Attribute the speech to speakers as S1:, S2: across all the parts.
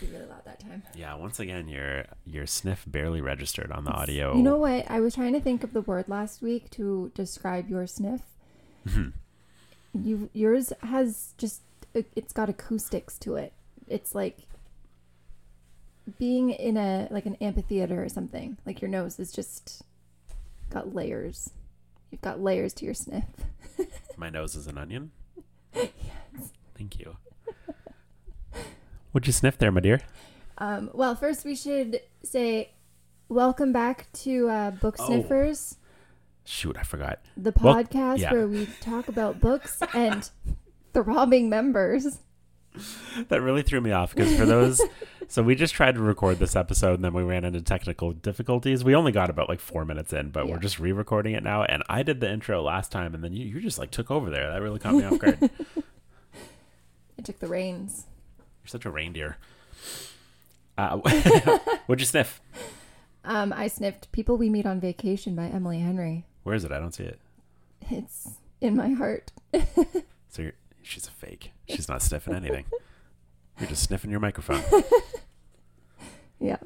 S1: be really loud that time.
S2: Yeah, once again, your your sniff barely registered on the audio.
S1: You know what? I was trying to think of the word last week to describe your sniff. you yours has just it- it's got acoustics to it. It's like being in a like an amphitheater or something. Like your nose is just got layers. You've got layers to your sniff.
S2: my nose is an onion. Thank you. What'd you sniff there, my dear?
S1: Um, well, first we should say welcome back to uh, Book
S2: Oh.
S1: Sniffers.
S2: Shoot, I forgot.
S1: the
S2: Well,
S1: podcast
S2: yeah.
S1: where we talk about books and throbbing members.
S2: That really threw me off because for those, so we just tried to record this episode and then we ran into technical difficulties. We only got about like four minutes in, but we're
S1: Yeah.
S2: just re-recording it now. And I did the intro last time, and then you you just like took over there. That really caught me off guard. You're
S1: I took the reins.
S2: such a reindeer. Uh, what'd you sniff?
S1: Um, I sniffed "People We Meet on Vacation" by Emily Henry.
S2: Where is it? I don't see it.
S1: It's in my heart.
S2: So you're, she's a fake. She's not sniffing anything. You're just sniffing your microphone.
S1: Yeah.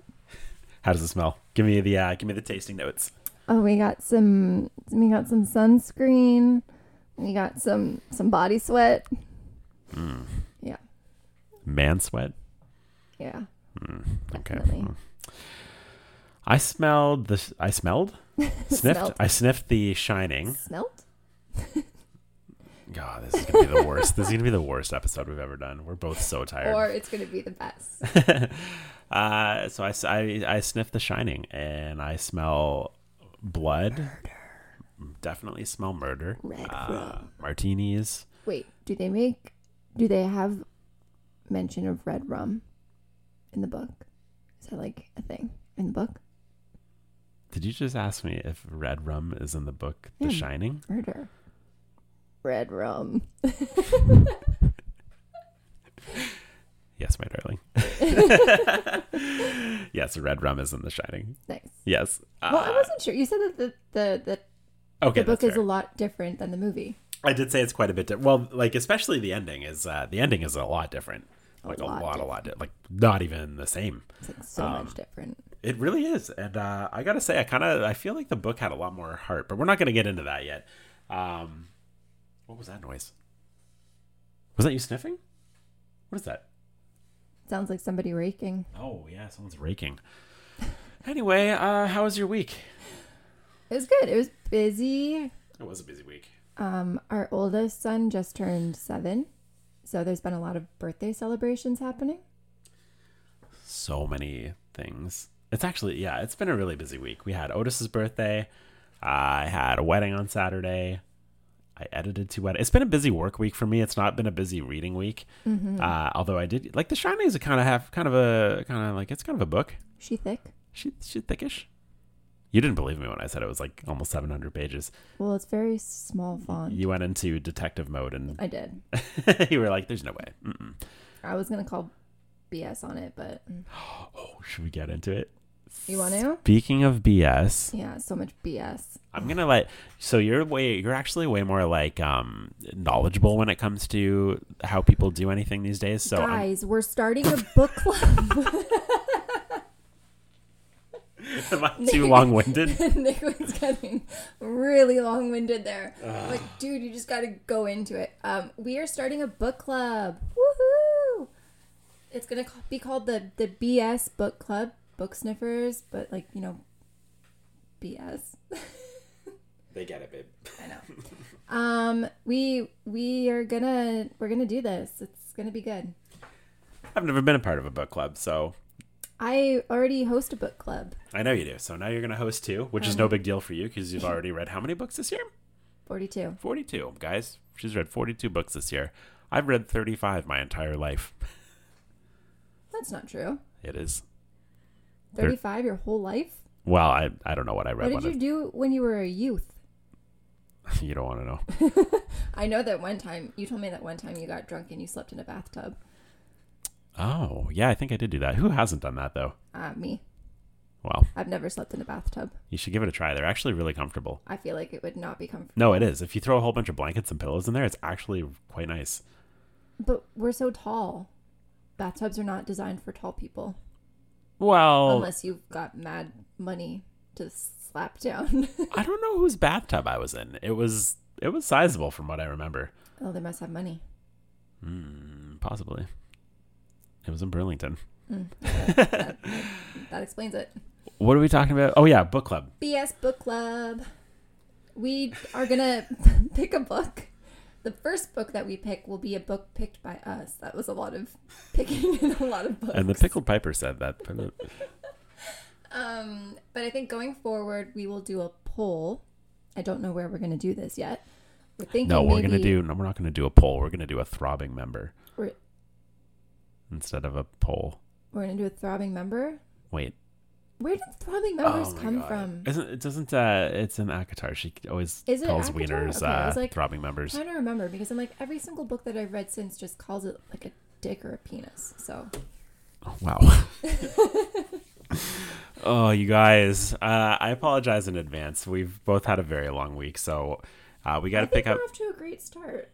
S2: How does it smell? Give me the uh, give me the tasting notes.
S1: Oh, we got some. We got some sunscreen. We got some some body sweat. Yeah.
S2: Hmm. Man sweat. Hmm.
S1: Yeah.
S2: Okay.
S1: Definitely.
S2: Mm. I smelled the. I smelled. Sniffed.
S1: Smelled.
S2: I sniffed the Shining.
S1: Smelt.
S2: God, this is gonna be the worst. this is gonna be the worst episode we've ever done. We're both so tired.
S1: Or it's gonna be the best.
S2: uh, so I, s- I- I sniffed the Shining, and I smell blood. Definitely smell murder.
S1: Red
S2: Uh, martinis.
S1: Wait, do they make? Do they have mention of red rum in the book? Is that like a thing in the book?
S2: Did you just ask me if red rum is in the book The
S1: Yeah.
S2: Shining?
S1: Murder. Red rum.
S2: Yes, my darling. yes, red rum is in The Shining.
S1: Nice.
S2: Yes.
S1: Well, I
S2: Uh,
S1: wasn't sure. You said that the the the,
S2: okay,
S1: the book
S2: that's
S1: is
S2: fair.
S1: a lot different than the movie.
S2: I did say it's quite a bit different. Well, like especially the ending is uh the ending is a lot different. Like a lot,
S1: lot
S2: a lot, Um, di- like not even the same.
S1: It's like so much different.
S2: It really is, and uh, I gotta say, I kind of I feel like the book had a lot more heart, but we're not gonna get into that yet. Um, what was that noise? Was that you sniffing? What is that?
S1: Sounds like somebody raking.
S2: Oh yeah, someone's raking. anyway, uh, how was your week?
S1: It was good. It was busy.
S2: It was a busy week.
S1: Um, our oldest son just turned seven, so there's been a lot of birthday celebrations happening.
S2: so many things. It's actually yeah, it's been a really busy week. We had Otis's birthday. I had a wedding on Saturday. I edited two weddings. It's been a busy work week for me. It's not been a busy reading week.
S1: Mm-hmm.
S2: Uh, although I did like The Shining is a kind of have kind of a kind of like it's kind of a book.
S1: She thick.
S2: She she thickish. You didn't believe me when I said it was like almost 700 pages.
S1: Well, it's very small font.
S2: You went into detective mode and
S1: I did.
S2: you were like, "There's no way." Mm-mm.
S1: I was gonna call BS on it, but mm.
S2: Oh, should we get into it?
S1: you want to?
S2: Speaking of BS,
S1: Yeah, so much BS.
S2: I'm gonna let. So you're way. You're actually way more like um knowledgeable when it comes to how people do anything these days. So um, I'm,
S1: Guys, we're starting a book club.
S2: am I too long-winded?
S1: Nick was getting really long-winded there. Like, dude, you just got to go into it. Um, we are starting a book club. Woohoo! It's gonna ca- be called the the BS Book Club, book sniffers, but like you know, BS.
S2: they get it, babe.
S1: I know. Um, we we are gonna we're gonna do this. It's gonna be good.
S2: I've never been a part of a book club, so
S1: I already host a book club,
S2: I know you do. So now you're gonna host two, which is no big deal for you because you've already read how many books this year?
S1: forty-two.
S2: Forty-two, guys. She's read forty-two books this year. I've read thirty-five my entire life.
S1: That's not true.
S2: It is. There-
S1: Thirty-five your whole life.
S2: Well, I, I don't know what I
S1: What
S2: read.
S1: did
S2: when
S1: you do when you were a youth?
S2: I- you don't want to know.
S1: I know that one time you told me that one time you got drunk and you slept in a bathtub.
S2: Oh, yeah, I think I did do that. Who hasn't done that though?
S1: Uh, me,
S2: Well,
S1: I've never slept in a bathtub.
S2: you should give it a try. They're actually really comfortable.
S1: I feel like it would not be comfortable.
S2: No, it is. If you throw a whole bunch of blankets and pillows in there, it's actually quite nice.
S1: But we're so tall. bathtubs are not designed for tall people
S2: Well,
S1: unless you've got mad money to slap down.
S2: I don't know whose bathtub I was in. It was it was sizable from what I remember.
S1: oh, they must have money.
S2: Mm, possibly. It was in Burlington.
S1: Mm, That explains it.
S2: What are we talking about? Oh yeah, book club.
S1: BS Book Club. We are gonna pick a book. The first book that we pick will be a book picked by us. That was a lot of picking and a lot of books.
S2: And the pickled piper said that.
S1: Um, but I think going forward, we will do a poll. I don't know where we're gonna do this yet. We're thinking
S2: No, we're gonna
S1: maybe-
S2: do. No, we're not gonna do a poll. We're gonna do a throbbing member
S1: We're,
S2: instead of a poll.
S1: we're gonna do a throbbing member.
S2: Wait, Oh
S1: Where did throbbing members
S2: my
S1: come
S2: God.
S1: from?
S2: Isn't it doesn't? Uh, it's in Akatar. She always
S1: Is it
S2: calls
S1: Akatar?
S2: wieners
S1: Okay, I
S2: uh,
S1: was like,
S2: throbbing members.
S1: I'm trying to remember because I'm like every single book that I've read since just calls it like a dick or a penis. So
S2: Wow. oh, you guys, uh, I apologize in advance. We've both had a very long week, so uh, we got
S1: I
S2: to
S1: think
S2: pick up.
S1: we're off to a great start.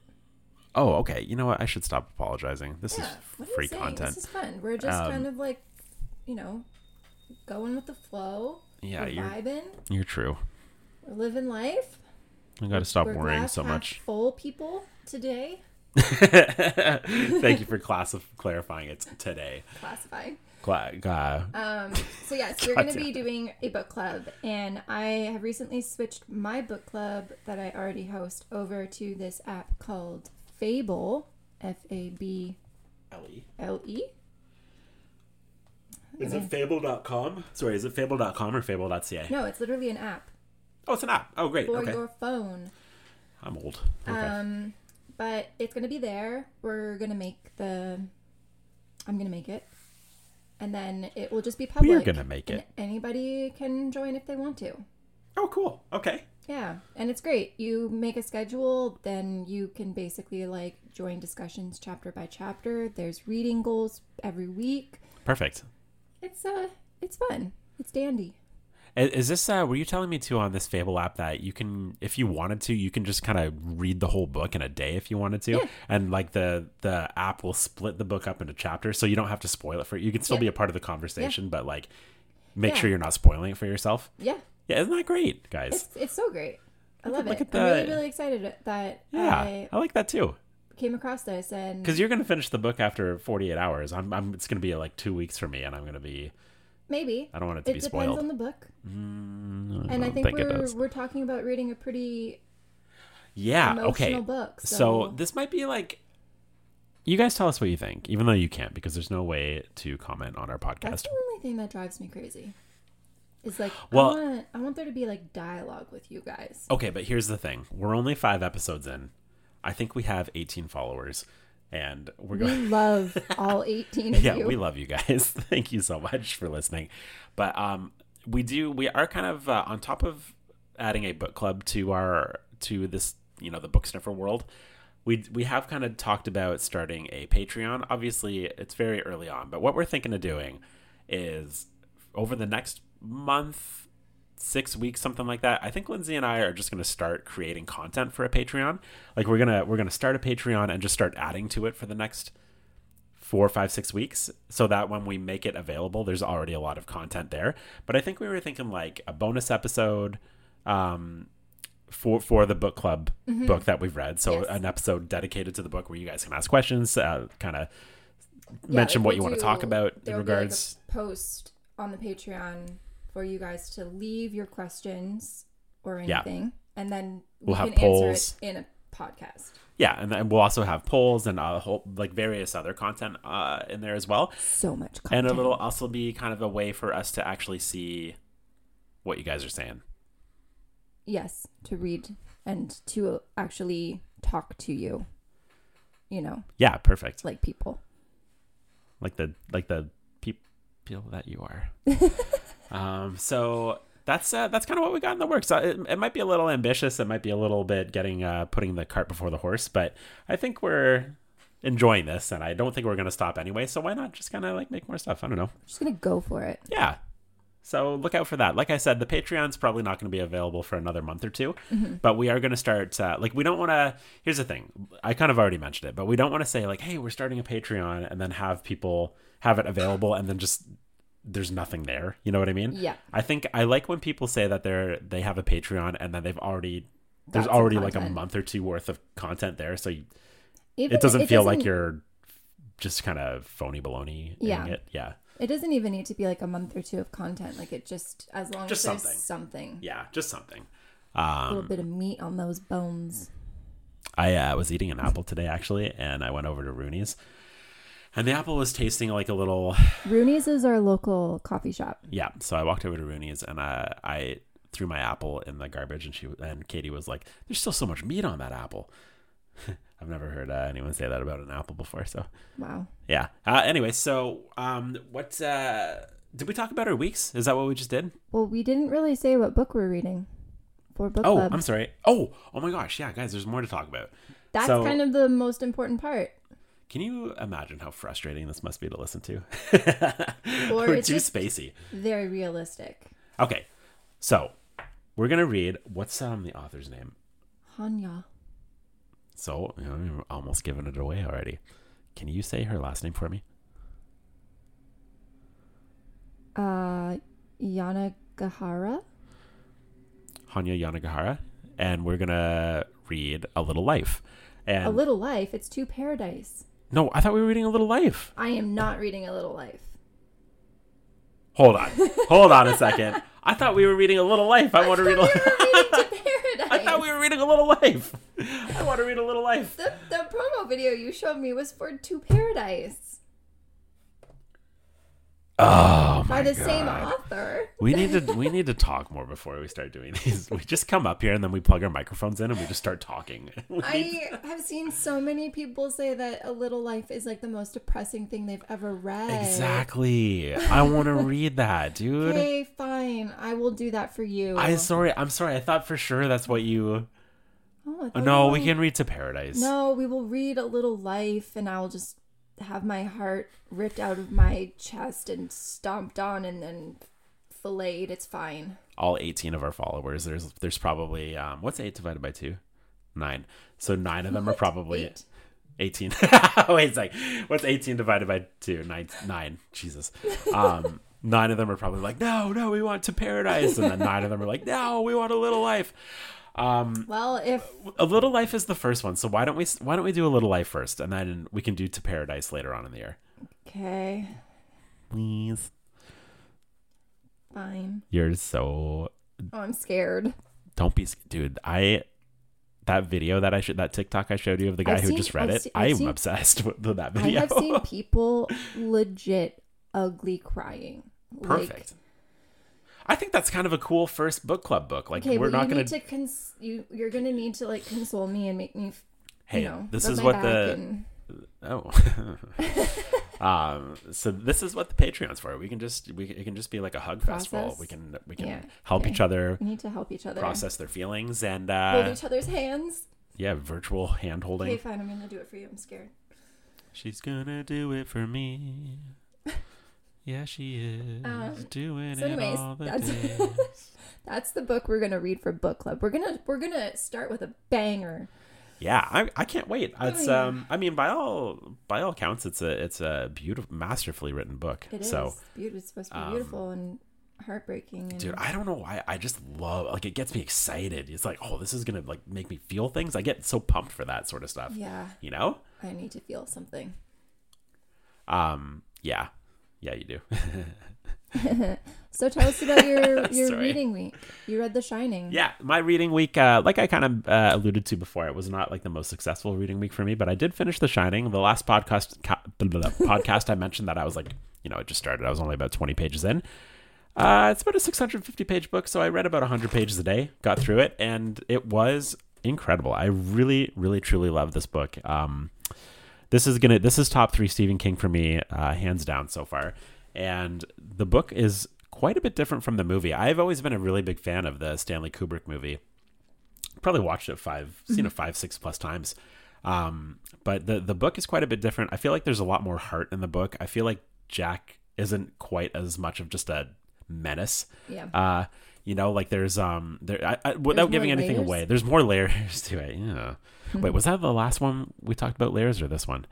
S2: Oh, okay. You know what? I should stop apologizing. This
S1: Yeah,
S2: is
S1: what are you
S2: free
S1: saying?
S2: content.
S1: This is fun. We're just
S2: Um,
S1: kind of like, you know, going with the flow.
S2: Yeah,
S1: we're
S2: you're-
S1: vibing.
S2: You're true.
S1: We're living life.
S2: I got to stop
S1: we're
S2: worrying
S1: glass
S2: so
S1: half
S2: much.
S1: Full people today
S2: Thank you for class of clarifying it today.
S1: classifying.
S2: Cla- uh,
S1: Um, so yes, we're
S2: God
S1: going to
S2: damn
S1: be doing a book club, and I have recently switched my book club that I already host over to this app called Fable, F A B
S2: Ellie.
S1: L E.
S2: Is it fable.com? Sorry, is it fable.com or fable.ca?
S1: No, it's literally an app
S2: Oh, it's an app. Oh, great.
S1: for
S2: okay.
S1: your phone.
S2: I'm old. Okay.
S1: Um, but it's gonna be there. We're gonna make the. I'm gonna make it, and then it will just be public.
S2: gonna make
S1: and
S2: it.
S1: Anybody can join if they want to.
S2: oh, cool. Okay.
S1: Yeah, and it's great. You make a schedule, then you can basically like join discussions chapter by chapter. There's reading goals every week.
S2: Perfect.
S1: It's uh, it's fun. It's dandy.
S2: I- Is this uh were you telling me too on this Fable app that you can if you wanted to you can just kind of read the whole book in a day if you wanted to
S1: Yeah.
S2: and like the the app will split the book up into chapters so you don't have to spoil it for you can still
S1: Yeah.
S2: be a part of the conversation but like make
S1: Yeah.
S2: sure you're not spoiling it for yourself.
S1: Yeah,
S2: Yeah, isn't that great, guys?
S1: it's it's so great. I love
S2: look
S1: it.
S2: at
S1: I'm really
S2: that.
S1: really excited that
S2: yeah.
S1: I
S2: I like that too.
S1: came across this and
S2: Cuz you're going to finish the book after 48 hours. I'm I'm it's going to be like 2 weeks for me and I'm going to be
S1: Maybe.
S2: I don't want it to be
S1: depends
S2: spoiled.
S1: on the book.
S2: Mm,
S1: and I
S2: don't
S1: think,
S2: it
S1: we're
S2: is.
S1: we're talking about reading a pretty
S2: Yeah,
S1: emotional
S2: okay.
S1: book. So,
S2: So this might be like you guys tell us what you think, even though you can't because there's no way to comment on our
S1: that's
S2: podcast.
S1: the only thing that drives me crazy. Is like
S2: Well-
S1: I want I want there to be like dialogue with you guys.
S2: Okay, but here's the thing. We're only 5 episodes in. I think we have 18 followers and we're
S1: We
S2: going
S1: love all eighteen of
S2: Yeah,
S1: you.
S2: we love you guys. Thank you so much for listening. But um we do we are kind of uh, on top of adding a book club to our to this, you know, the book sniffer world. We, we have kind of talked about starting a Patreon. Obviously, it's very early on, but what we're thinking of doing is over the next month, six weeks, something like that. I think Lindsay and I are just going to start creating content for a Patreon. Like we're gonna we're gonna start a Patreon and just start adding to it for the next four, five, six weeks, so that when we make it available, there's already a lot of content there. But I think we were thinking like a bonus episode um, for for the book club book that we've read. So
S1: Mm-hmm. Yes.
S2: an episode dedicated to the book where you guys can ask questions, uh, kind of
S1: Yeah,
S2: mention
S1: like,
S2: what
S1: we'll
S2: you want
S1: do-
S2: to talk about in
S1: there will be, like, a
S2: regards.
S1: post on the Patreon for you guys to leave your questions or
S2: Yeah.
S1: anything. And then
S2: We'll
S1: we
S2: have
S1: can
S2: polls.
S1: answer it in a podcast.
S2: Yeah, and then we'll also have polls and a whole like various other content uh, in there as well.
S1: So much content.
S2: And it'll also be kind of a way for us to actually see what you guys are saying.
S1: yes to read and to actually talk to you you know
S2: Yeah, perfect.
S1: like people
S2: Like the like the peop- people that you are. um, so that's uh, that's kind of what we got in the works. Uh, It, it might be a little ambitious. It might be a little bit getting uh, putting the cart before the horse, but I think we're enjoying this, and I don't think we're going to stop anyway. So why not just kind of like make more stuff? I don't know.
S1: just gonna go for it
S2: Yeah. So look out for that. Like I said, the Patreon's probably not going to be available for another month or 2
S1: Mm-hmm.
S2: but we are going to start. Uh, like, we don't want to. Here's the thing. I kind of already mentioned it, but we don't want to say like, "Hey, we're starting a Patreon," and then have people have it available, and then just there's nothing there. You know what I mean?
S1: Yeah.
S2: I think I like when people say that they're they have a Patreon and then they've already there's
S1: Got some
S2: already like a
S1: content.
S2: month or two worth of content there, so you,
S1: Even-
S2: it doesn't feel like
S1: doesn't-
S2: you're just kind of phony baloney.
S1: Yeah.
S2: It. Yeah.
S1: It doesn't even need to be like a month or two of content. Like it just as long
S2: Just
S1: as there's
S2: something.
S1: something,
S2: Yeah. Just something. Um,
S1: a little bit of meat on those bones.
S2: I uh, was eating an apple today actually, and I went over to Rooney's, and the apple was tasting like a little.
S1: Rooney's is our local coffee shop.
S2: Yeah, so I walked over to Rooney's and I I threw my apple in the garbage, and she and Katie was like, "There's still so much meat on that apple." I've never heard uh, anyone say that about an apple before, so
S1: Wow.
S2: yeah. Uh, anyway, so um, what uh, did we talk about our weeks? Is that what we just did?
S1: Well, we didn't really say what book we're reading for book
S2: Oh,
S1: club.
S2: I'm sorry. Oh, oh my gosh, yeah, guys, there's more to talk about.
S1: That's
S2: so-
S1: kind of the most important part.
S2: Can you imagine how frustrating this must be to listen to?
S1: Or
S2: We're
S1: it's
S2: too
S1: just-
S2: spacey.
S1: Very realistic.
S2: Okay, so we're gonna read what's um the author's name.
S1: Hanya.
S2: So you know, you've almost given it away already. Can you say her last name for me?
S1: Uh, Yanagihara.
S2: Hanya Yanagihara, and we're gonna read A Little Life. And
S1: A Little Life. It's Two Paradise.
S2: no, I thought we were reading A Little Life.
S1: I am not reading A Little Life.
S2: Hold on, hold on a second. I thought we were reading A Little Life. I, want to read. A...
S1: We're reading Two Paradise.
S2: I thought we were reading A Little Life. I want to read A Little Life.
S1: The, the promo video you showed me was for To Paradise
S2: Oh my
S1: by the same
S2: God.
S1: author.
S2: We need to we need to talk more before we start doing these. We just come up here and then we plug our microphones in and we just start talking. We need-
S1: I have seen so many people say that A Little Life is like the most depressing thing they've ever read.
S2: exactly. I want to read that, dude.
S1: Okay, fine. I will do that for you.
S2: I sorry. I'm sorry. I thought for sure that's what you.
S1: Oh, I thought
S2: No,
S1: were
S2: we
S1: on-
S2: can read to paradise.
S1: No, we will read a little life, and I'll just have my heart ripped out of my chest and stomped on, and then filleted. It's fine.
S2: All 18 of our followers. There's there's probably um what's eight divided by two, nine. So nine of them are probably
S1: Eight.
S2: 18. Wait a sec. What's 18 divided by 2? 9. nine. Jesus. Um, nine of them are probably like, no, no, we want to paradise. And then nine of them are like, no, we want a little life. Um,
S1: Well, if
S2: A little life is the first one. So why don't we why don't we do a little life first and then we can do to paradise later on in the year.
S1: okay,
S2: Please.
S1: fine.
S2: You're so
S1: Oh, I'm scared.
S2: don't be sc- dude, I that video that I should that TikTok I showed you of the guy
S1: I've
S2: who
S1: seen-
S2: just read
S1: I've
S2: it.
S1: seen- I've
S2: I'm
S1: seen-
S2: obsessed with that
S1: I
S2: video.
S1: have seen people legit ugly crying. Like,
S2: Perfect. I think that's kind of a cool first book club book. Like
S1: okay,
S2: we're
S1: but
S2: not
S1: you
S2: going
S1: need to cons- you you're gonna need to like console me and make me. f-
S2: Hey,
S1: you know,
S2: this
S1: rub
S2: is
S1: my
S2: what
S1: back
S2: the-
S1: and-
S2: Oh. um, so this is what the Patreon's for. We can just we it can just be like a hug festival.
S1: Process.
S2: We can we can
S1: Yeah,
S2: help
S1: okay.
S2: each other
S1: we need to help each other.
S2: process their feelings and
S1: Hold
S2: uh,
S1: each other's hands.
S2: yeah, virtual hand holding.
S1: Okay, fine. I'm gonna do it for you. I'm scared.
S2: She's gonna do it for me. Yeah, she is
S1: Um,
S2: doing
S1: so anyways,
S2: it all the
S1: that's-
S2: days.
S1: That's the book we're gonna read for book club. We're gonna we're gonna start with a banger.
S2: Yeah, I, I can't wait. It's
S1: Oh, yeah.
S2: um I mean by all by all accounts it's a it's a beautiful masterfully written book.
S1: It is
S2: so um,
S1: beautiful. It's supposed to be beautiful and heartbreaking. And
S2: Dude, I don't know why. I just love like it gets me excited. It's like, oh, this is gonna like make me feel things. I get so pumped for that sort of stuff.
S1: yeah,
S2: You know?
S1: I need to feel something.
S2: Um, yeah. Yeah, you do.
S1: So tell us about your your
S2: Sorry.
S1: reading week. You read The Shining.
S2: yeah. My reading week, uh, like I kind of uh, alluded to before, it was not like the most successful reading week for me, but I did finish The Shining. The last podcast ca- blah, blah, blah, podcast I mentioned that I was like, you know, it just started. I was only about twenty pages in. Uh, it's about a 650 page book, so I read about 100 pages a day, got through it, and it was incredible. I really, really, truly love this book. Um, this is gonna, this is top three Stephen King for me, uh, hands down so far. And the book is quite a bit different from the movie. I've always been a really big fan of the Stanley Kubrick movie. Probably watched it five, seen
S1: Mm-hmm.
S2: it five, six plus times. Um, but the the book is quite a bit different. I feel like there's a lot more heart in the book. I feel like Jack isn't quite as much of just a menace.
S1: Yeah.
S2: Uh, you know, like there's um there I, I, without
S1: Mm-hmm. more
S2: giving anything
S1: layers? Mm-hmm.
S2: away. There's more layers to it. Yeah. Wait, was that the last one we talked about layers or this one?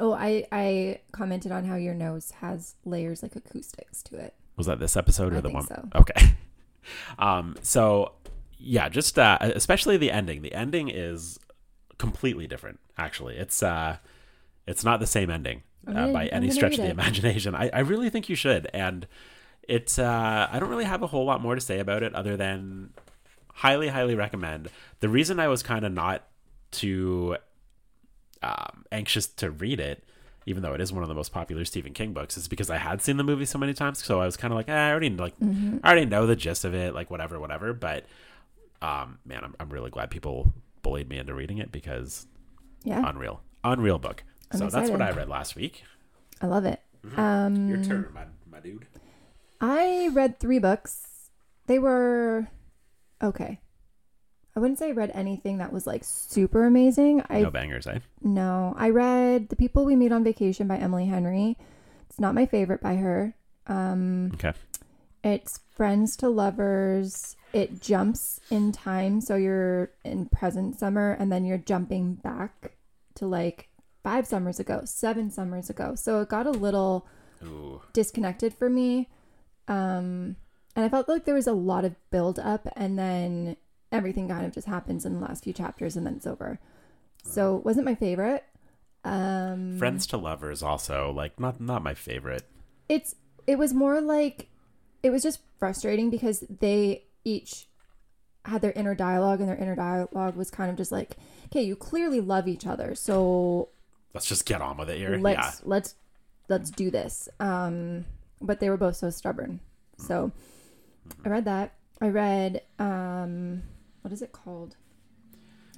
S1: Oh, I I commented on how your nose has layers like acoustics to it.
S2: Was that this episode or
S1: I
S2: the
S1: think
S2: one?
S1: so.
S2: Okay. Um so yeah, just uh especially the ending. The ending is completely different actually. It's uh it's not the same ending
S1: I'm
S2: uh,
S1: gonna-
S2: by
S1: I'm
S2: any
S1: gonna
S2: stretch of
S1: read
S2: the
S1: it.
S2: imagination. I, I really think you should and it's uh I don't really have a whole lot more to say about it other than highly highly recommend. The reason I was kind of not too um, anxious to read it, even though it is one of the most popular Stephen King books, is because I had seen the movie so many times. So I was kind of like, eh, I already like,
S1: Mm-hmm.
S2: I already know the gist of it, like whatever, whatever. But um, man, I'm I'm really glad people bullied me into reading it because
S1: Yeah,
S2: unreal, unreal book.
S1: Mm. I'm
S2: so that's what I
S1: excited.
S2: read last week.
S1: I love it.
S2: Mm-hmm.
S1: Um,
S2: Your turn, my my dude.
S1: I read three books. They were okay. I wouldn't say I read anything that was like super amazing. I
S2: No bangers, eh?
S1: No, I read The People We Meet on Vacation by Emily Henry. It's not my favorite by her. Um,
S2: Okay.
S1: it's Friends to Lovers. It jumps in time, so you're in present summer, and then you're jumping back to like five summers ago, seven summers ago. So it got a little
S2: Ooh,
S1: disconnected for me. Um, and I felt like there was a lot of build up and then everything kind of just happens in the last few chapters and then it's over. So it wasn't my favorite. Um,
S2: friends to lovers also like not not my favorite.
S1: it's it was more like it was just frustrating because they each had their inner dialogue and their inner dialogue was kind of just like, okay, you clearly love each other, so
S2: Let's just get on with it here.
S1: let's
S2: yeah.
S1: let's let's do this um but they were both so stubborn so i read that i read um what is it called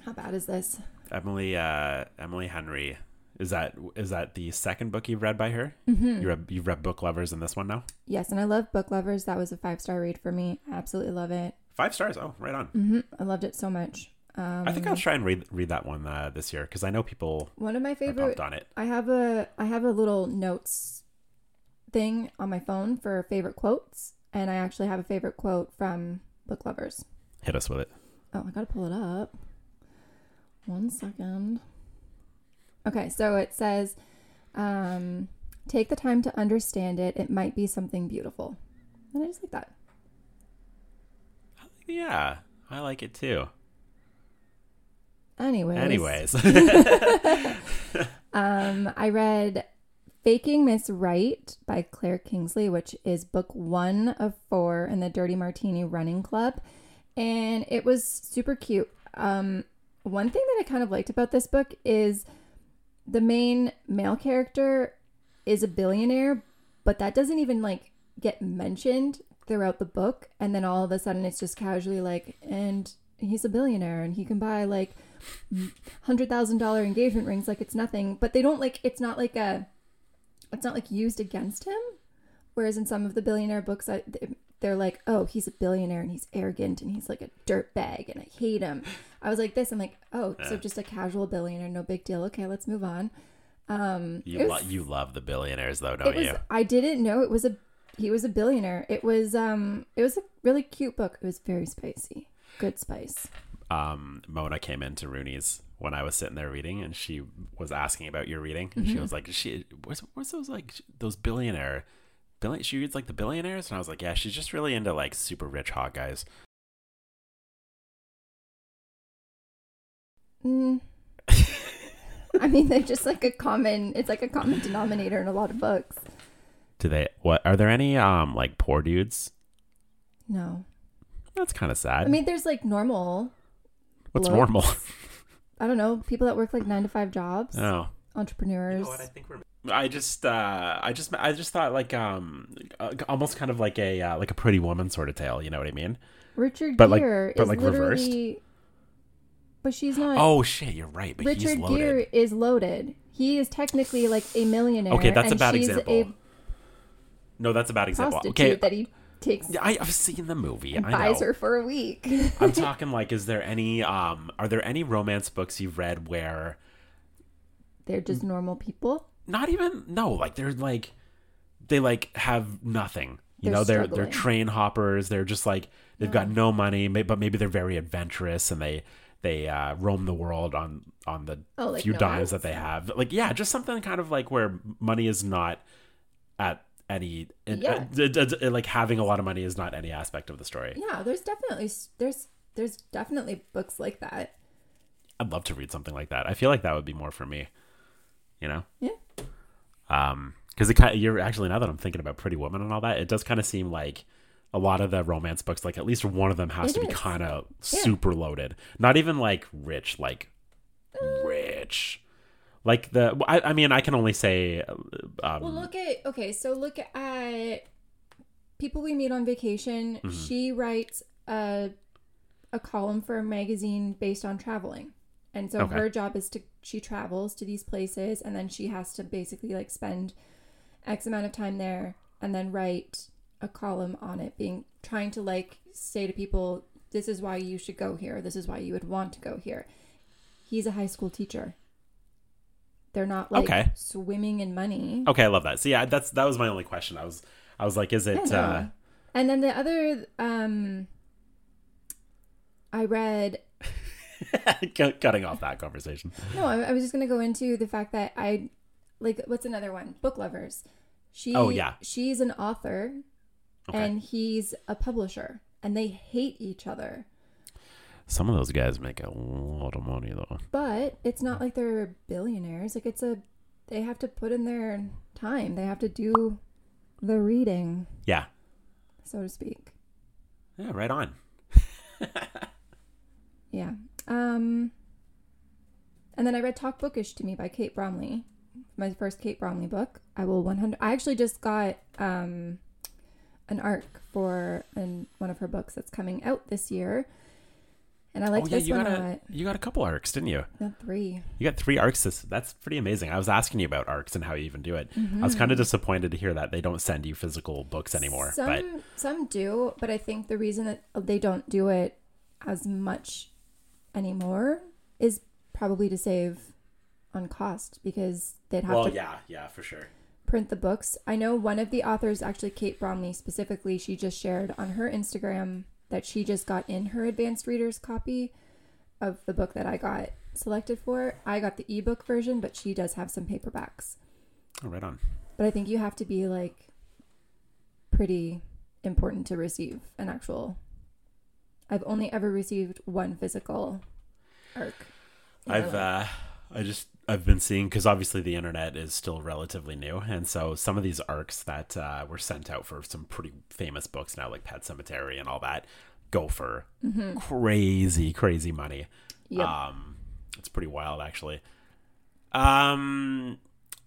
S1: how bad is this
S2: Emily uh, Emily Henry. Is that is that the second book you've read by her?
S1: Mm-hmm.
S2: You read you've read Book Lovers and this one now.
S1: yes and i love book lovers that was a five star read for me I absolutely love it Mm-hmm.
S2: Five stars. Oh, right on.
S1: i loved it so much um
S2: I think I'll try and read read that one uh, this year because I know people
S1: one of my
S2: are
S1: favorite
S2: pumped on it.
S1: I have a I have a little notes thing on my phone for favorite quotes, and I actually have a favorite quote from Book Lovers.
S2: Hit us with it.
S1: Oh, I gotta pull it up. One second. Okay, so it says, um, "Take the time to understand it. It might be something beautiful." And I just like that.
S2: Yeah, I like it too.
S1: Anyway.
S2: Anyways,
S1: Um, I read Faking Miss Right by Claire Kingsley, which is book one of four in the Dirty Martini Running Club. And it was super cute. Um, one thing that I kind of liked about this book is the main male character is a billionaire, but that doesn't even like get mentioned throughout the book. And then all of a sudden it's just casually like, and he's a billionaire and he can buy like hundred thousand dollar engagement rings like it's nothing but they don't like it's not like a it's not like used against him whereas in some of the billionaire books I, th- they're like oh he's a billionaire and he's arrogant and he's like a dirt bag and i hate him i was like this i'm like oh so just a casual billionaire no big deal okay let's move on um
S2: you
S1: it
S2: lo-
S1: was-
S2: you love the billionaires though,
S1: it
S2: don't
S1: was
S2: you?
S1: i didn't know it was a he was a billionaire it was um it was a really cute book it was very spicy good spice
S2: um, Mona came into Rooney's when I was sitting there reading, and she was asking about your reading, and she was like, "She, what's, what's those like those billionaire, billion? She reads like the billionaires," and I was like, "Yeah, she's just really into like super rich hot guys."
S1: mm, I mean, they're just like a common. It's like a common denominator in a lot of books.
S2: Do they? What are there any um like poor dudes?
S1: No,
S2: That's kind of sad.
S1: I mean, there's like normal.
S2: What's
S1: blokes.
S2: normal?
S1: I don't know people that work like nine to five jobs,
S2: oh,
S1: entrepreneurs.
S2: think we're. I just, uh, I just, I just thought like, um, uh, almost kind of like a, uh, like a pretty woman sort of tale. You know what I mean?
S1: Richard
S2: But, like-
S1: Gere
S2: but,
S1: is
S2: like, reversed?
S1: literally. But she's not.
S2: Oh shit, you're right. But he's
S1: Richard
S2: loaded.
S1: Gere is loaded. He is technically like a millionaire.
S2: Okay, that's
S1: and
S2: a bad
S1: she's
S2: example.
S1: A
S2: no, that's a bad example.
S1: prostitute
S2: Okay,
S1: that he takes
S2: Yeah, I, I've seen the movie. I know.
S1: buys her for a week.
S2: I'm talking like, is there any? Um, are there any romance books you've read where
S1: they're
S2: Mm.
S1: just normal people.
S2: not even no, like they're like they like have nothing. You
S1: They're
S2: know, they're they're
S1: struggling.
S2: train hoppers. They're just like they've got no money, may- but maybe they're very adventurous and they they uh, roam the world on on the
S1: Oh, like
S2: few
S1: nomads?
S2: dimes that they have. Like yeah, just something kind of like where money is not at any and-
S1: Yeah.
S2: uh, d- d- d- like having a lot of money is not any aspect of the story.
S1: Yeah, there's definitely there's there's definitely books like that.
S2: I'd love to read something like that. I feel like that would be more for me. You know.
S1: Yeah.
S2: um because it kind of, you're actually now that i'm thinking about pretty woman and all that it does kind of seem like a lot of the romance books like at least one of them has
S1: It
S2: to be
S1: is.
S2: kind of super loaded not even like rich like rich like the well, I, I mean i can only say uh, um
S1: Well, look at okay, so look at people we meet on vacation.
S2: Mm-hmm.
S1: She writes a a column for a magazine based on traveling. And so
S2: Okay.
S1: her job is to she travels to these places and then she has to basically like spend x amount of time there and then write a column on it being trying to like say to people this is why you should go here this is why you would want to go here he's a high school teacher they're not like
S2: Okay.
S1: swimming in money
S2: okay i love that so yeah that's that was my only question i was i was like is
S1: I
S2: it
S1: know.
S2: uh
S1: and then the other um i read
S2: uh, cut- cutting off that conversation
S1: no I, I was just gonna go into the fact that i like what's another one book lovers she
S2: Oh, yeah.
S1: she's an author
S2: okay
S1: and he's a publisher and they hate each other
S2: some of those guys make a lot of money though
S1: but it's not like they're billionaires like it's a they have to put in their time they have to do the reading
S2: yeah
S1: so to speak
S2: yeah right on
S1: yeah um and then i read talk bookish to me by kate bromley my first kate bromley book i will 100 i actually just got um an arc for an, one of her books that's coming out this year and i liked
S2: oh yeah
S1: this
S2: you
S1: one
S2: got
S1: a
S2: a
S1: lot
S2: you got a couple arcs didn't you
S1: no three
S2: You got three arcs. This, that's pretty amazing. I was asking you about arcs and how you even do it. I was kind of disappointed to hear that they don't send you physical books anymore.
S1: Mm-hmm. Some
S2: But
S1: some do, but I think the reason that they don't do it as much anymore is probably to save on cost because they'd have to
S2: yeah, yeah, for sure.
S1: print the books. I know one of the authors, actually Kate Bromley specifically, she just shared on her Instagram that she just got in her advanced readers copy of the book that I got selected for. I got the ebook version, but she does have some paperbacks.
S2: Oh, right on.
S1: But I think you have to be like pretty important to receive an actual. I've only ever received one physical arc. in my life.
S2: I've uh, I just I've been seeing because obviously the internet is still relatively new, and so some of these arcs that uh, were sent out for some pretty famous books now, like Pet Cemetery and all that, go for
S1: Mm-hmm.
S2: crazy, crazy money.
S1: Yep.
S2: Um, it's pretty wild, actually. Um,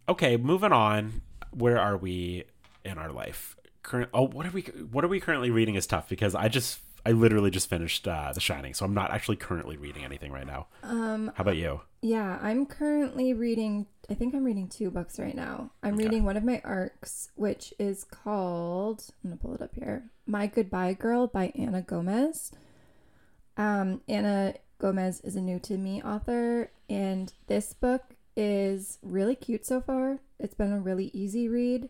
S2: okay, moving on. Where are we in our life? Current. Oh, what are we? What are we currently reading? Is tough because I just, I literally just finished uh, The Shining, so I'm not actually currently reading anything right now. Um, how about you?
S1: yeah, I'm currently reading. I think I'm reading two books right now. I'm reading one of my arcs, which is called. I'm gonna pull it up here. My Goodbye Girl by Anna Gomez. Um, Anna Gomez is a new to me author, and this book is really cute so far. It's been a really easy read.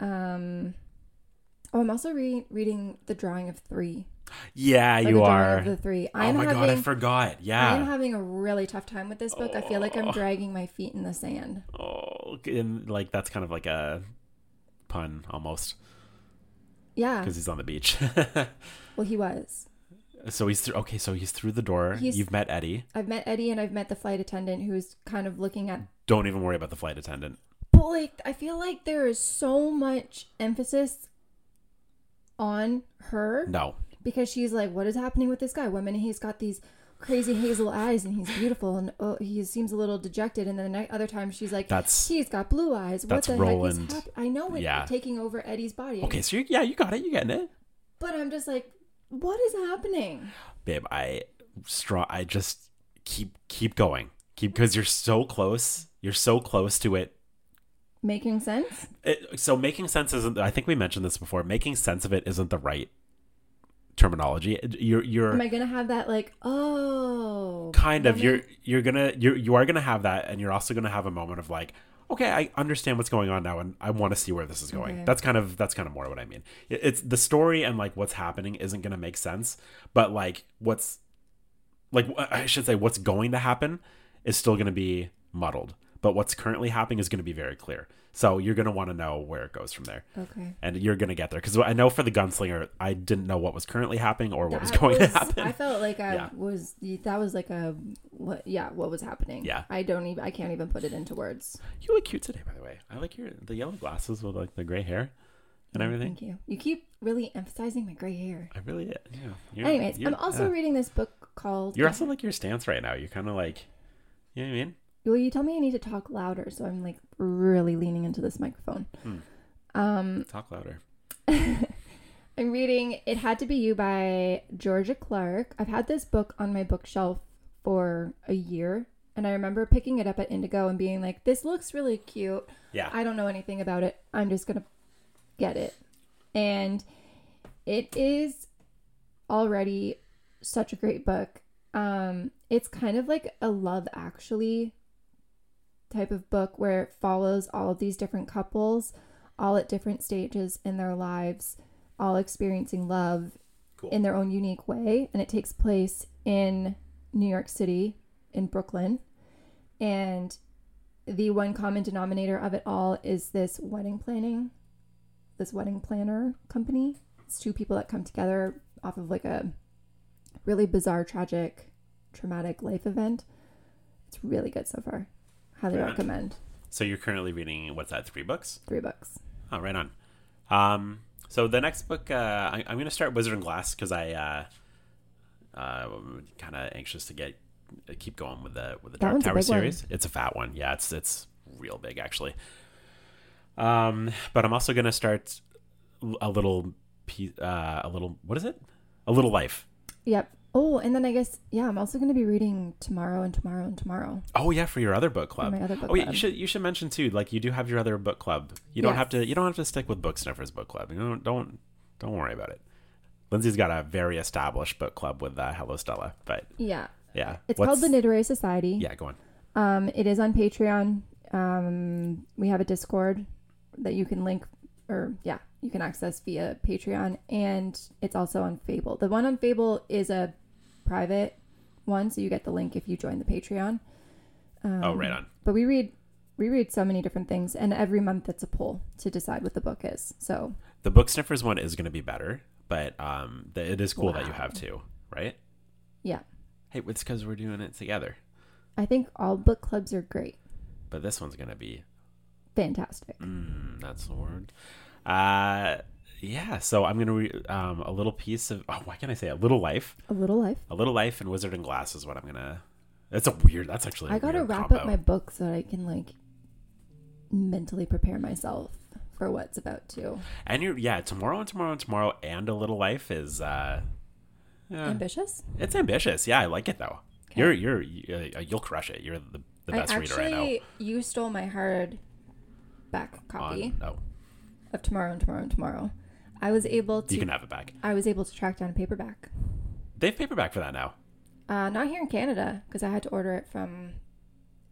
S1: Um, oh, I'm also re- reading The Drawing of Three.
S2: Yeah,
S1: or
S2: Uh, you
S1: The Drawing
S2: are.
S1: of the Three.
S2: oh
S1: I'm
S2: my god, I
S1: having-
S2: forgot.
S1: I am
S2: Yeah.
S1: having a really tough time with this book. I feel like I'm dragging my feet in the sand.
S2: oh, and like that's kind of like a pun almost
S1: Yeah.
S2: because he's on the beach.
S1: Well, he was.
S2: so he's through. Okay, so he's through the door.
S1: He's-
S2: You've met Eddie.
S1: I've met Eddie and I've met the flight attendant who's kind of looking at.
S2: don't even worry about the flight attendant.
S1: But like, I feel like there is so much emphasis on her
S2: No.
S1: because she's like, "What is happening with this guy? Woman, he's got these crazy hazel eyes and he's beautiful and oh, he seems a little dejected." And then the ne- other time she's like,
S2: That's-
S1: he's got blue eyes. What
S2: that's
S1: the heck
S2: Roland.
S1: is happening?" I know it's
S2: Yeah.
S1: taking over Eddie's body,
S2: Okay, so you yeah, you got it. You getting it,
S1: but I'm just like, "What is happening?"
S2: babe? I straw. I just keep keep going. Keep because you're so close. You're so close to it.
S1: Making sense?
S2: it. So making sense isn't. I think we mentioned this before. Making sense of it isn't the right terminology. You're you're
S1: Am I gonna have that like, oh,
S2: kind of
S1: moment? Mm-hmm.
S2: you're you're gonna you're you are gonna have that, and you're also gonna have a moment of like, okay, I understand what's going on now, and I want to see where this is going.
S1: Okay.
S2: That's kind of that's kind of more what I mean. It- It's the story and like what's happening isn't going to make sense, but like what's like wh- I should say what's going to happen is still going to be muddled, but what's currently happening is going to be very clear. So you're going to want to know where it goes from there.
S1: Okay.
S2: And you're gonna get there because I know for the gunslinger, I didn't know what was currently happening or what was
S1: That
S2: going to
S1: was-
S2: happen.
S1: I felt like I
S2: Yeah.
S1: was that was like a what yeah, what was happening.
S2: Yeah.
S1: I don't even I can't even put it into words.
S2: You look cute today, by the way. I like your the yellow glasses with like the gray hair and everything.
S1: Thank you. You keep really emphasizing my gray hair.
S2: I really, yeah. You're,
S1: Anyways,
S2: you're-
S1: I'm also
S2: yeah.
S1: reading this book called
S2: you're also like your stance right now. You're kind of like, you know what I mean?
S1: Well, you tell me I need to talk louder, so I'm like really leaning into this microphone.
S2: Hmm.
S1: Um,
S2: Talk louder.
S1: I'm reading It Had to Be You by Georgia Clark. I've had this book on my bookshelf for a year, and I remember picking it up at Indigo and being like, this looks really cute.
S2: Yeah.
S1: I don't know anything about it. I'm just going to get it. And it is already such a great book. Um, it's kind of like a love actually type of book where it follows all of these different couples, all at different stages in their lives, all experiencing love
S2: Cool.
S1: in their own unique way. And it takes place in New York City, in Brooklyn. And the one common denominator of it all is this wedding planning, this wedding planner company. It's two people that come together off of like a really bizarre, tragic, traumatic life event. It's really good so far. Highly
S2: Right on.
S1: recommend.
S2: so you're currently reading what's that? Three books?
S1: Three books.
S2: Oh, right on. Um, so the next book, uh, I, I'm gonna start Wizard and Glass because I, uh, uh, I'm kind of anxious to get uh, keep going with the with the Dark
S1: one's a
S2: Tower
S1: big one.
S2: series. It's a fat one. Yeah, it's it's real big actually. Um, but I'm also gonna start a little piece, uh, a little what is it? A little life.
S1: Yep. Oh, and then I guess yeah, I'm also going to be reading tomorrow and tomorrow and tomorrow.
S2: Oh yeah, for your other book club.
S1: my other book
S2: oh yeah,
S1: club.
S2: you should you should mention too. Like you do have your other book club. You don't
S1: Yes.
S2: have to you don't have to stick with Book Sniffers book club. You don't don't don't worry about it. Lindsay's got a very established book club with uh, Hello Stella, but
S1: Yeah.
S2: yeah,
S1: It's
S2: What's-
S1: called the Knitterary Society.
S2: yeah. Go on.
S1: Um, it is on Patreon. Um, we have a Discord that you can link, or yeah, you can access via Patreon, and it's also on Fable. The one on Fable is a private one, so you get the link if you join the Patreon. Um,
S2: oh right on.
S1: But we read we read so many different things, and every month it's a poll to decide what the book is. So
S2: The Book Sniffers one is going to be better, but um, the, it is cool that you have two, right?
S1: yeah,
S2: Hey, it's because we're doing it together.
S1: I think all book clubs are great,
S2: But this one's going to be
S1: fantastic.
S2: Mm, that's the word. Uh, yeah. So I'm gonna re- um a little piece of oh why can't I say a little life
S1: A little life.
S2: A Little Life and Wizard and Glass is what I'm gonna. That's a weird. That's actually. I
S1: I gotta wrap up my book so that I can like mentally prepare myself for what's about to.
S2: And you're yeah. Tomorrow and tomorrow and tomorrow and A Little Life is. uh Yeah.
S1: Ambitious?
S2: It's ambitious. Yeah, I like it though. You're you're you- uh, you'll crush it. You're the, the best
S1: I actually,
S2: reader I know.
S1: you stole my hard back copy
S2: On, oh,
S1: of Tomorrow and Tomorrow and Tomorrow. I was able to
S2: you can have it back.
S1: I was able to track down a paperback.
S2: They have paperback for that now.
S1: Uh, not here in Canada because I had to order it from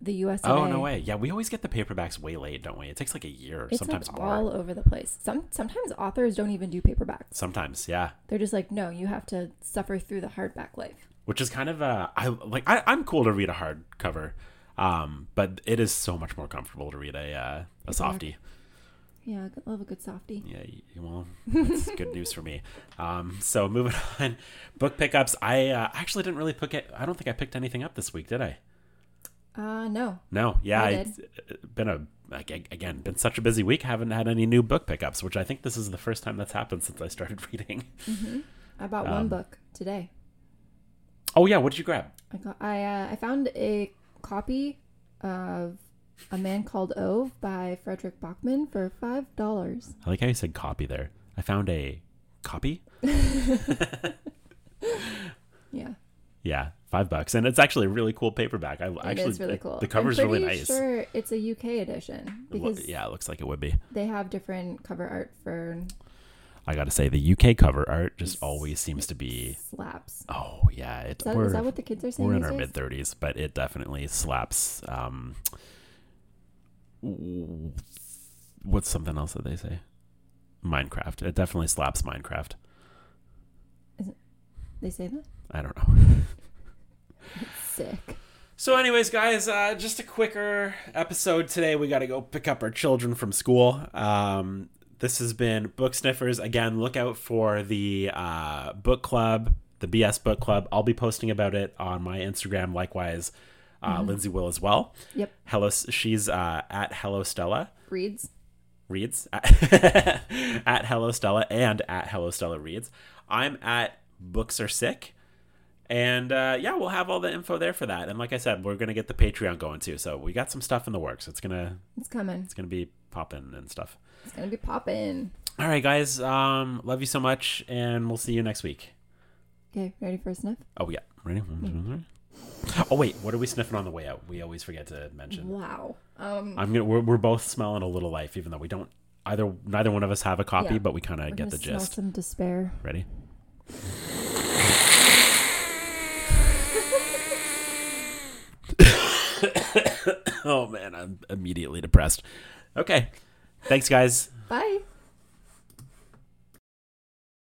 S1: the US.
S2: Oh no way. Yeah, we always get the paperbacks way late, don't we? It takes like a year,
S1: It's
S2: sometimes
S1: like
S2: more.
S1: all over the place. Some sometimes authors don't even do paperbacks.
S2: Sometimes, yeah.
S1: They're just like, no, you have to suffer through the hardback life.
S2: which is kind of a I like I, I'm cool to read a hardcover, um, but it is so much more comfortable to read a uh, a softie.
S1: Yeah, I love a good softie.
S2: Yeah, y- well, that's good news for me. Um, so moving on, book pickups. I uh, actually didn't really pick it. I don't think I picked anything up this week, did I?
S1: Uh, no,
S2: No. Yeah,
S1: I
S2: it's uh, been a like a- again been such a busy week. Haven't had any new book pickups, which I think this is the first time that's happened since I started reading.
S1: Mm-hmm. I bought
S2: Um,
S1: one book today.
S2: Oh yeah, what did you grab?
S1: I got, I uh, I found a copy of A Man Called Ove by Frederick Bachman for five dollars.
S2: I like how you said copy there. I found a copy.
S1: Yeah,
S2: Yeah, five bucks, and it's actually a really cool paperback. I
S1: it
S2: actually
S1: is really
S2: the-
S1: cool.
S2: The cover's
S1: I'm
S2: really
S1: pretty
S2: nice.
S1: Sure, it's a UK edition
S2: It lo-
S1: because
S2: yeah, it looks like it would be.
S1: they have different cover art for
S2: I gotta say, the UK cover art just always seems to be.
S1: slaps.
S2: Oh yeah, it,
S1: Is that,
S2: we're
S1: is that what the kids are saying?
S2: we're in
S1: these
S2: our
S1: days?
S2: mid thirties, but it definitely slaps. Um, what's something else that they say? Minecraft. It definitely slaps Minecraft.
S1: They say that?
S2: I don't know.
S1: Sick.
S2: So, anyways, guys, uh, just a quicker episode today. We got to go pick up our children from school. Um, this has been Book Sniffers. Again, look out for the uh, book club, the BS book club. I'll be posting about it on my Instagram. Likewise, uh, Lindsay will as well.
S1: Yep.
S2: Hello, she's uh, at Hello Stella
S1: Reads.
S2: reads at, at hello stella and at hello stella reads i'm at books are sick and uh, yeah we'll have all the info there for that and like i said we're gonna get the patreon going too so we got some stuff in the works it's gonna
S1: It's coming.
S2: it's gonna be popping and stuff
S1: It's gonna be popping.
S2: all right guys um love you so much and we'll see you next week
S1: Okay, ready for a sniff?
S2: oh yeah ready oh wait what are we sniffing on the way out we always forget to mention
S1: Wow. Um,
S2: i'm gonna we're, we're both smelling a little life even though we don't either neither one of us have a copy
S1: Yeah.
S2: but we kind of
S1: we're
S2: get
S1: gonna
S2: the
S1: smell
S2: gist
S1: Some despair.
S2: Ready? oh man, I'm immediately depressed. Okay. Thanks, guys.
S1: Bye.